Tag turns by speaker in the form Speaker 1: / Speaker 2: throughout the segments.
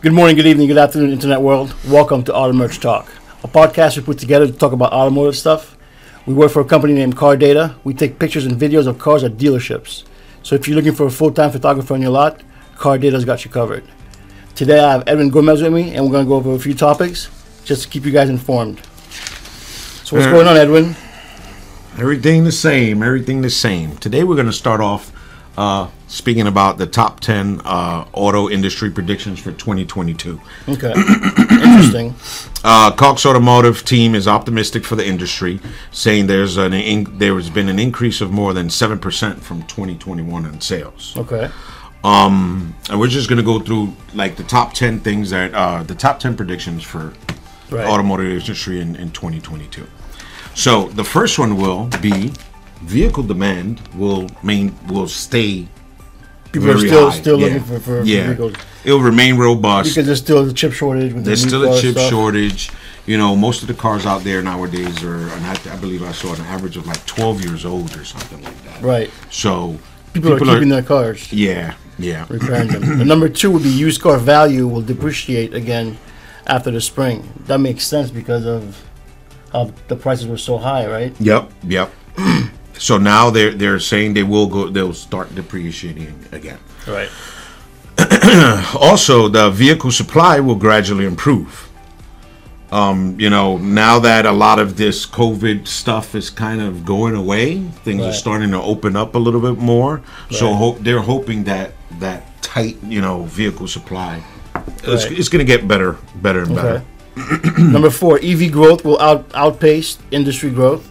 Speaker 1: Good morning, good evening, good afternoon, Internet world. Welcome to Auto Merch Talk, a podcast we put together to talk about automotive stuff. We work for a company named Car Data. We take pictures and videos of cars at dealerships. So if you're looking for a full time photographer on your lot, Car Data's got you covered. Today I have Edwin Gomez with me, and we're going to go over a few topics just to keep you guys informed. So what's
Speaker 2: Uh,
Speaker 1: going on, Edwin?
Speaker 2: Everything the same. Everything the same. Today we're going to start off uh, speaking about the top ten uh, auto industry predictions for 2022.
Speaker 1: Okay. Interesting.
Speaker 2: Uh, Cox Automotive team is optimistic for the industry, saying there's an in- there has been an increase of more than seven percent from 2021 in sales.
Speaker 1: Okay.
Speaker 2: Mm. And we're just going to go through like the top ten things that uh, the top ten predictions for the
Speaker 1: Right.
Speaker 2: automotive industry in, in 2022. So the first one will be vehicle demand will main will stay.
Speaker 1: People are
Speaker 2: very
Speaker 1: still
Speaker 2: high.
Speaker 1: still
Speaker 2: Yeah.
Speaker 1: looking for, for
Speaker 2: yeah.
Speaker 1: vehicles
Speaker 2: It'll remain robust.
Speaker 1: because there's still the chip shortage. With
Speaker 2: There's
Speaker 1: the new
Speaker 2: still a
Speaker 1: car
Speaker 2: chip
Speaker 1: stuff.
Speaker 2: shortage. You know, most of the cars out there nowadays are, and I, I believe I saw an average of like 12 years old or something like that.
Speaker 1: Right.
Speaker 2: So
Speaker 1: People, are keeping their cars.
Speaker 2: yeah, yeah,
Speaker 1: repairing them. And number two would be used car value will depreciate again after the spring. That makes sense because of how the prices were so high, right?
Speaker 2: yep, yep. so now they're they're saying they will go. They'll start depreciating again.
Speaker 1: Right.
Speaker 2: Also, the vehicle supply will gradually improve. Um, you know, now that a lot of this COVID stuff is kind of going away, things are
Speaker 1: Right.
Speaker 2: starting to open up a little bit more. So
Speaker 1: Right.
Speaker 2: hope they're hoping that that tight, you know, vehicle supply, it's,
Speaker 1: Right.
Speaker 2: it's going to get better, better and better.
Speaker 1: Okay. number four, EV growth will out outpace industry growth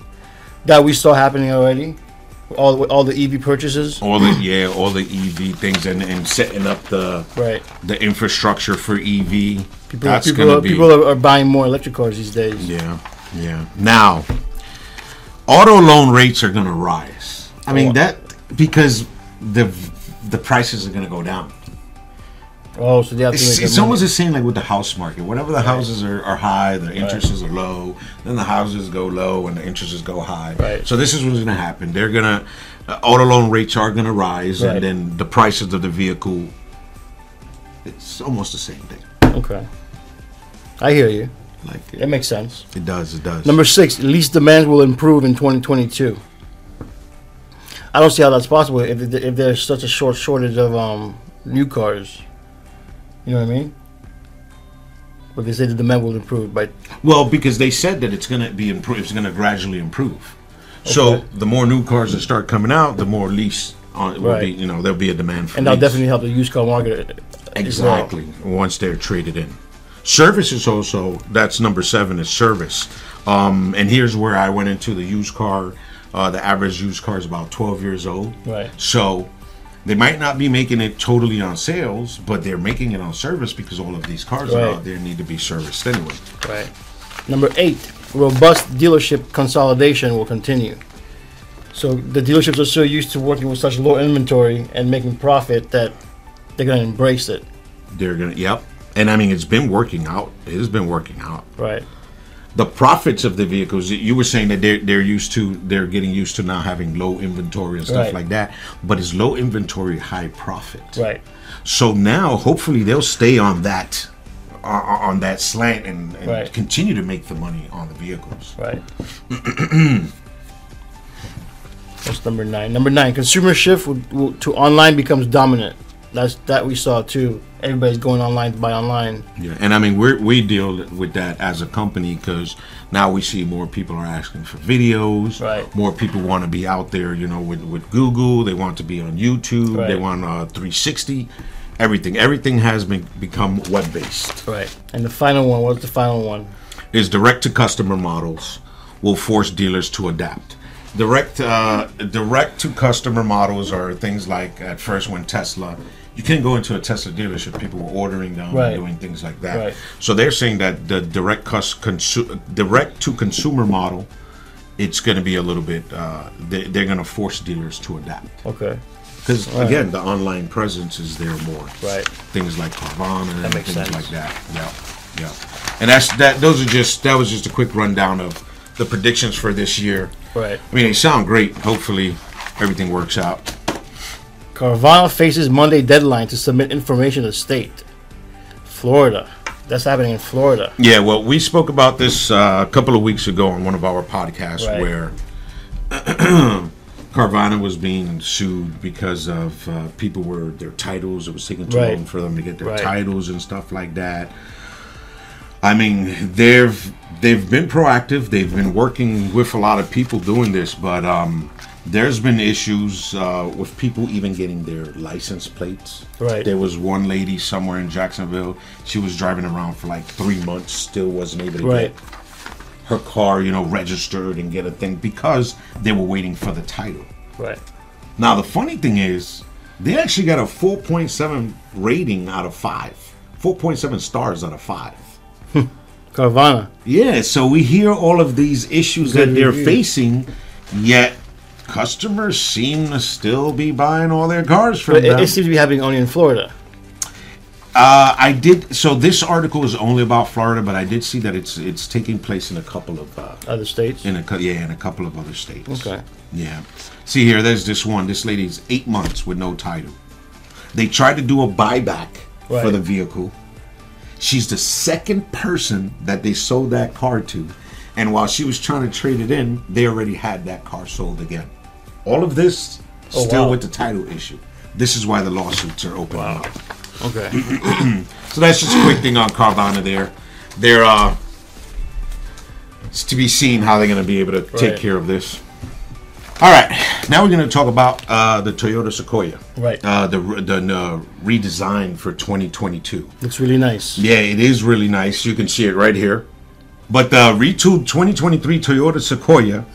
Speaker 1: that we saw happening already. All all the EV purchases.
Speaker 2: All the yeah, all the EV things and, and setting up the
Speaker 1: Right.
Speaker 2: the infrastructure for EV.
Speaker 1: People,
Speaker 2: that's
Speaker 1: people,
Speaker 2: going
Speaker 1: are,
Speaker 2: to be
Speaker 1: people are, are buying more electric cars these days.
Speaker 2: Yeah, yeah. Now, auto loan rates are going to rise. I mean
Speaker 1: Oh.
Speaker 2: that because the the prices are going to go down.
Speaker 1: Oh, so they have to
Speaker 2: It's,
Speaker 1: make
Speaker 2: it's
Speaker 1: that money.
Speaker 2: almost the same like with the house market. Whenever the houses are, are high, the interests are low. Then the houses go low and the interests go high.
Speaker 1: Right.
Speaker 2: So this is what's going to happen. They're going to uh, auto loan rates are going to rise,
Speaker 1: Right.
Speaker 2: and then the prices of the vehicle. It's almost the same thing.
Speaker 1: Okay. I hear you.
Speaker 2: Like
Speaker 1: That
Speaker 2: it,
Speaker 1: makes sense.
Speaker 2: it does. It does.
Speaker 1: Number six, lease demand will improve in 2022. I don't see how that's possible if, if there's such a short shortage of um, new cars. You know what I mean? But they say the demand will improve, but
Speaker 2: Well, because they said that it's going to be improved, it's going to gradually improve. So
Speaker 1: Okay.
Speaker 2: the more new cars that start coming out, the more lease on it will be.
Speaker 1: Right.
Speaker 2: You know, there'll be a demand for.
Speaker 1: and that'll
Speaker 2: lease.
Speaker 1: definitely help the used car market. as well.
Speaker 2: exactly once they're traded in. Service is also that's number seven is service, um, and here's where I went into the used car. Uh, the average used car is about 12 years old.
Speaker 1: Right.
Speaker 2: So they might not be making it totally on sales, but they're making it on service because all of these cars that are
Speaker 1: Right.
Speaker 2: out there need to be serviced anyway.
Speaker 1: Right. Number eight, robust dealership consolidation will continue. So the dealerships are so used to working with such low inventory and making profit that they're going to embrace it.
Speaker 2: They're gonna. Yep. And I mean, it's been working out. It has been working out.
Speaker 1: Right.
Speaker 2: The profits of the vehicles. You were saying that they're they're used to. They're getting used to now having low inventory and stuff
Speaker 1: Right.
Speaker 2: like that. But it's low inventory, high profit.
Speaker 1: Right.
Speaker 2: So now, hopefully, they'll stay on that, uh, on that slant, and, and
Speaker 1: Right.
Speaker 2: continue to make the money on the vehicles.
Speaker 1: Right. That's number nine. Number nine, consumer shift will, will, to online becomes dominant. That's that we saw too. Everybody's going online to buy online.
Speaker 2: Yeah. And I mean, we we deal with that as a company because now we see more people are asking for videos.
Speaker 1: Right.
Speaker 2: More people want to be out there, you know, with, with Google. They want to be on YouTube. They
Speaker 1: Right.
Speaker 2: want uh, 360. Everything. Everything has been become web based.
Speaker 1: Right. And the final one, what's the final one?
Speaker 2: Is direct to customer models will force dealers to adapt. Direct uh, direct to customer models are things like at first when Tesla. You can't go into a Tesla dealership. People were ordering them,
Speaker 1: Right.
Speaker 2: and doing things like that.
Speaker 1: Right.
Speaker 2: So they're saying that the direct cus- consu- direct to consumer model, it's going to be a little bit. Uh, they, they're going to force dealers to adapt
Speaker 1: Okay.
Speaker 2: because again, the online presence is there more.
Speaker 1: Right.
Speaker 2: Things like Carvana and
Speaker 1: makes
Speaker 2: things
Speaker 1: sense.
Speaker 2: like that. Yeah, yeah. And that's that. Those are just that was just a quick rundown of the predictions for this year.
Speaker 1: Right.
Speaker 2: I mean, they sound great. Hopefully, everything works out.
Speaker 1: Carvana faces Monday deadline to submit information to state. Florida. That's happening in Florida.
Speaker 2: Yeah, well, we spoke about this uh, a couple of weeks ago on one of our podcasts
Speaker 1: Right.
Speaker 2: where Carvana was being sued because of uh, people were their titles. It was taking too
Speaker 1: Right.
Speaker 2: long for them to get their
Speaker 1: Right.
Speaker 2: titles and stuff like that. I mean, they've they've been proactive. They've been working with a lot of people doing this, but um, there's been issues uh, with people even getting their license plates.
Speaker 1: Right.
Speaker 2: There was one lady somewhere in Jacksonville. She was driving around for like three months, still wasn't able to
Speaker 1: Right.
Speaker 2: get her car, you know, registered and get a thing because they were waiting for the title.
Speaker 1: Right.
Speaker 2: Now the funny thing is, they actually got a 4.7 rating out of five, 4.7 stars out of five.
Speaker 1: Carvana.
Speaker 2: Yeah, so we hear all of these issues that
Speaker 1: Good
Speaker 2: they're
Speaker 1: review.
Speaker 2: facing, yet customers seem to still be buying all their cars from
Speaker 1: But it,
Speaker 2: them.
Speaker 1: it seems to be happening only in Florida.
Speaker 2: uh, I did. So this article is only about Florida, but I did see that it's it's taking place in a couple of uh,
Speaker 1: Other states.
Speaker 2: in a cou- yeah in a couple of other states.
Speaker 1: Okay.
Speaker 2: Yeah. See here, there's this one. This lady's eight months with no title. They tried to do a buyback for
Speaker 1: Right.
Speaker 2: the vehicle. She's the second person that they sold that car to. And while she was trying to trade it in, they already had that car sold again. All of this
Speaker 1: Oh,
Speaker 2: still
Speaker 1: wow.
Speaker 2: with the title issue. This is why the lawsuits are open. up.
Speaker 1: Okay.
Speaker 2: So that's just a quick thing on Carvana there. They're uh it's to be seen how they're gonna be able to take
Speaker 1: Right.
Speaker 2: care of this. All right, now we're going to talk about uh, the Toyota Sequoia,
Speaker 1: Right.
Speaker 2: Uh, the re- the uh, redesign for 2022.
Speaker 1: Looks really nice.
Speaker 2: Yeah, it is really nice. You can see it right here. But the retooled 2023 Toyota Sequoia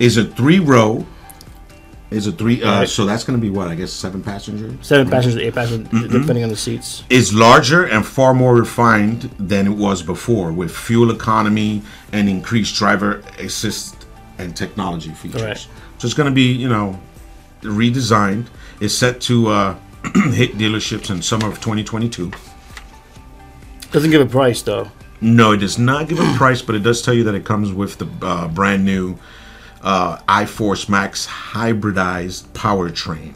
Speaker 2: is a three row, is a three. Uh,
Speaker 1: Right.
Speaker 2: So that's going to be what I guess seven passengers.
Speaker 1: Seven passengers, eight passengers, depending on the seats.
Speaker 2: is larger and far more refined than it was before with fuel economy and increased driver assist and technology features.
Speaker 1: Right.
Speaker 2: So it's going to be, you know, redesigned. It's set to uh, hit dealerships in summer of 2022.
Speaker 1: Doesn't give a price though.
Speaker 2: No, it does not give a price, but it does tell you that it comes with the uh, brand new uh, iForce Max hybridized powertrain.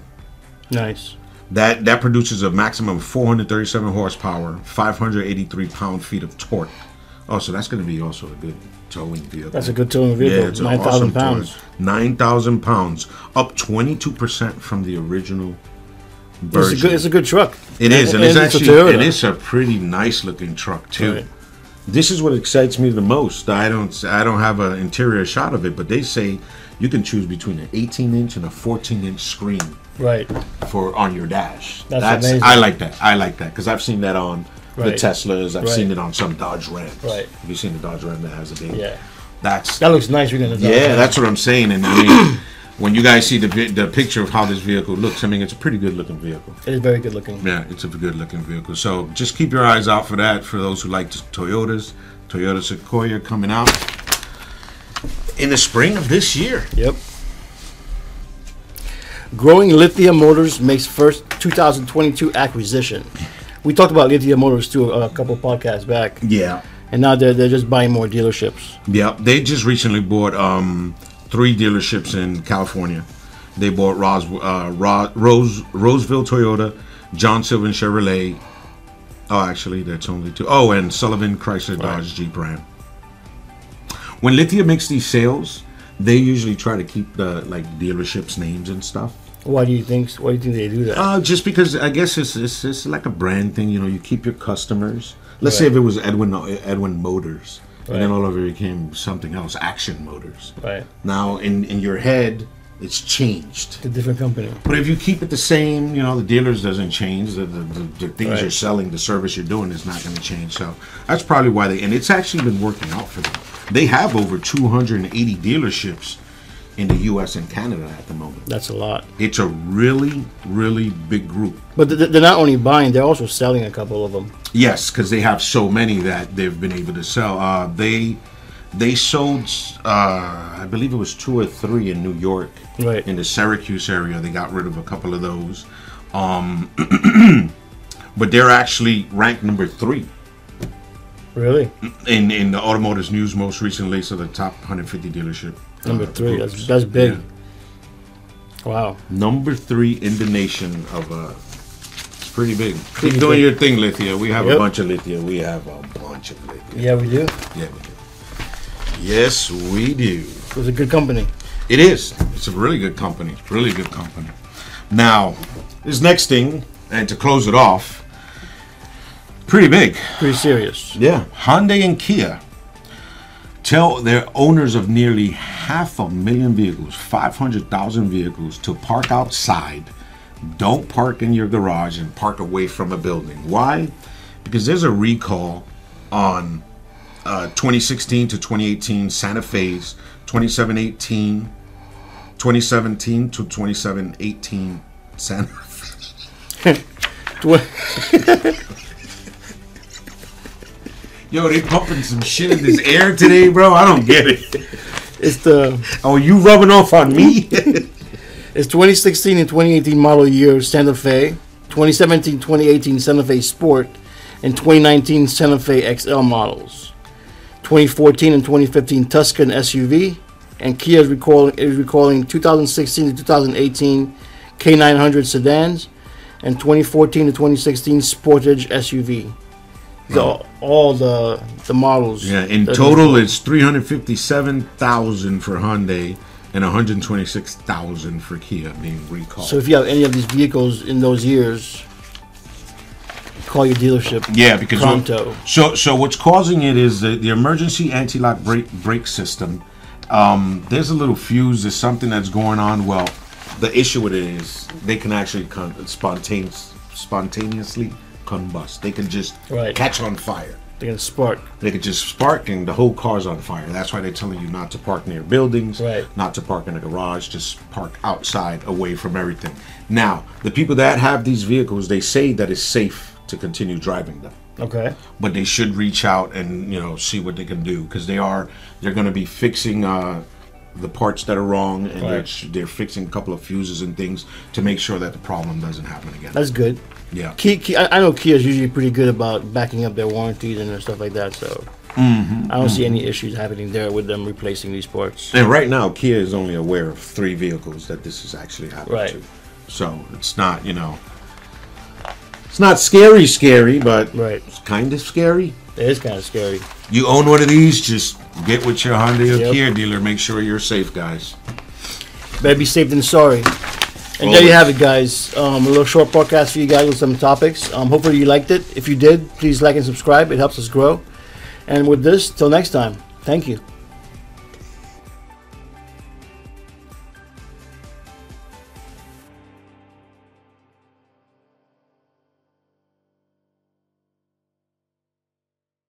Speaker 1: Nice.
Speaker 2: That that produces a maximum of 437 horsepower, 583 pound-feet of torque. Oh, so that's going to be also a good towing vehicle.
Speaker 1: That's a good towing vehicle.
Speaker 2: an
Speaker 1: Nine thousand
Speaker 2: awesome towing.
Speaker 1: pounds.
Speaker 2: 9,000 pounds, up 22% from the original
Speaker 1: It's
Speaker 2: version.
Speaker 1: a good. It's a good truck.
Speaker 2: It is, and, it's
Speaker 1: a
Speaker 2: actually
Speaker 1: Toyota.
Speaker 2: it is a pretty nice looking truck too.
Speaker 1: Right.
Speaker 2: This is what excites me the most. I don't I don't have an interior shot of it, but they say you can choose between an 18 inch and a 14 inch screen
Speaker 1: Right.
Speaker 2: for on your dash.
Speaker 1: That's amazing.
Speaker 2: I like that. I like that because I've seen that on the
Speaker 1: Right.
Speaker 2: Teslas. I've
Speaker 1: Right.
Speaker 2: seen it on some Dodge Rams.
Speaker 1: Right.
Speaker 2: Have you seen the Dodge Ram that has a big?
Speaker 1: Yeah.
Speaker 2: That's
Speaker 1: That looks nice. We're gonna.
Speaker 2: yeah. That's what I'm saying. And I mean, when you guys see the vi- the picture of how this vehicle looks, I mean, it's a pretty good looking vehicle.
Speaker 1: It is very good looking.
Speaker 2: Yeah, it's a good looking vehicle. So just keep your eyes out for that. For those who like t- Toyotas, Toyota Sequoia coming out in the spring of this year.
Speaker 1: Yep. Growing Lithia Motors makes first 2022 acquisition. We talked about Lithia Motors too a, a couple podcasts back,
Speaker 2: Yeah.
Speaker 1: and now they're they're just buying more dealerships.
Speaker 2: Yeah, they just recently bought um, three dealerships in California. They bought Ros- uh, Ro- Rose Roseville Toyota, John Silver Chevrolet. Oh, actually, that's only two. Oh, and Sullivan Chrysler Dodge Jeep Ram. When Lithia makes these sales, they usually try to keep the like dealerships' names and stuff.
Speaker 1: Why do you think? Why do you think they do that?
Speaker 2: Uh, just because I guess it's, it's it's like a brand thing, you know. You keep your customers. Let's say if it was Edwin uh, Edwin Motors, and then
Speaker 1: Right.
Speaker 2: all over it came something else, Action Motors.
Speaker 1: right.
Speaker 2: Now in in your head, it's changed.
Speaker 1: The different company.
Speaker 2: But if you keep it the same, you know the dealers doesn't change. The the, the, the things
Speaker 1: Right.
Speaker 2: you're selling, the service you're doing is not going to change. So that's probably why they. And it's actually been working out for them. They have over 280 dealerships in the U.S. and Canada at the moment.
Speaker 1: That's a lot.
Speaker 2: It's a really really big group.
Speaker 1: But th- they're not only buying; they're also selling a couple of them.
Speaker 2: Yes, because they have so many that they've been able to sell. Uh, they they sold, uh, I believe it was two or three in New York,
Speaker 1: Right.
Speaker 2: in the Syracuse area. They got rid of a couple of those, um, but they're actually ranked number three
Speaker 1: Really,
Speaker 2: in in the automotive news most recently. So the top 150 dealership uh,
Speaker 1: number three. That's
Speaker 2: groups.
Speaker 1: that's big.
Speaker 2: Yeah.
Speaker 1: Wow.
Speaker 2: Number three in the nation of uh, pretty big.
Speaker 1: Pretty
Speaker 2: Keep doing
Speaker 1: big.
Speaker 2: your thing, Lithia. We have
Speaker 1: Yep.
Speaker 2: a bunch of Lithia. We have a bunch of Lithia.
Speaker 1: Yeah, we do.
Speaker 2: Yeah, we do. Yes, we do.
Speaker 1: It was a good company.
Speaker 2: It is. It's a really good company. Really good company. Now, this next thing, and to close it off, pretty big.
Speaker 1: Pretty serious.
Speaker 2: Yeah. Hyundai and Kia tell their owners of nearly half a million vehicles, 500,000 vehicles, to park outside. Don't park in your garage and park away from a building. Why? Because there's a recall on uh, 2016 to 2018 Santa Fe's, 2718, 2017 to 2718 Santa Fe.
Speaker 1: Tw-
Speaker 2: Yo, they pumping some shit in this air today, bro. I don't get it.
Speaker 1: It's the
Speaker 2: Oh, you rubbing off on me?
Speaker 1: it's 2016 and 2018 model year Santa Fe, 2017, 2018 Santa Fe Sport, and 2019 Santa Fe XL models. 2014 and 2015 Tuscan SUV, and Kia is recalling is recalling 2016 to 2018 K900 sedans, and 2014 to 2016 Sportage SUV. These are all the the models.
Speaker 2: Yeah, in
Speaker 1: that-
Speaker 2: total, it's three hundred fifty-seven thousand for Hyundai and one hundred twenty-six thousand for Kia being recalled.
Speaker 1: So if you have any of these vehicles in those years, call your dealership.
Speaker 2: yeah, because what-
Speaker 1: Pronto.
Speaker 2: so so what's causing it is the, the emergency anti-lock brake brake system. Um, there's a little fuse. There's something that's going on. Well, the issue with it is they can actually con- spontaneous, spontaneously combust. They can just
Speaker 1: Right.
Speaker 2: catch on fire.
Speaker 1: They're gonna spark.
Speaker 2: they could just spark and the whole car's on fire. That's why they're telling you not to park near buildings,
Speaker 1: Right.
Speaker 2: not to park in a garage, just park outside away from everything. Now, the people that have these vehicles, they say that it's safe to continue driving them.
Speaker 1: Okay.
Speaker 2: But they should reach out and, you know, see what they can do because they are they're going to be fixing uh the parts that are wrong and
Speaker 1: Right.
Speaker 2: they're, they're fixing a couple of fuses and things to make sure that the problem doesn't happen again.
Speaker 1: That's good.
Speaker 2: yeah.
Speaker 1: Kia, Kia, I I know Kia's usually pretty good about backing up their warranties and their stuff like that. So I don't see any issues happening there with them replacing these parts.
Speaker 2: And right now, Kia is only aware of three vehicles that this is actually happening
Speaker 1: Right.
Speaker 2: to. So it's not, you know, it's not scary, scary, but
Speaker 1: Right.
Speaker 2: it's kind of scary.
Speaker 1: It is kind of scary.
Speaker 2: You own one of these, just get with your Hyundai or
Speaker 1: Yep.
Speaker 2: Kia dealer. Make sure you're safe, guys.
Speaker 1: Better be safe than sorry. And there you
Speaker 2: Always.
Speaker 1: have it, guys. Um, a little short podcast for you guys with some topics. Um, hopefully you liked it. If you did, please like and subscribe. It helps us grow. And with this, till next time. Thank you.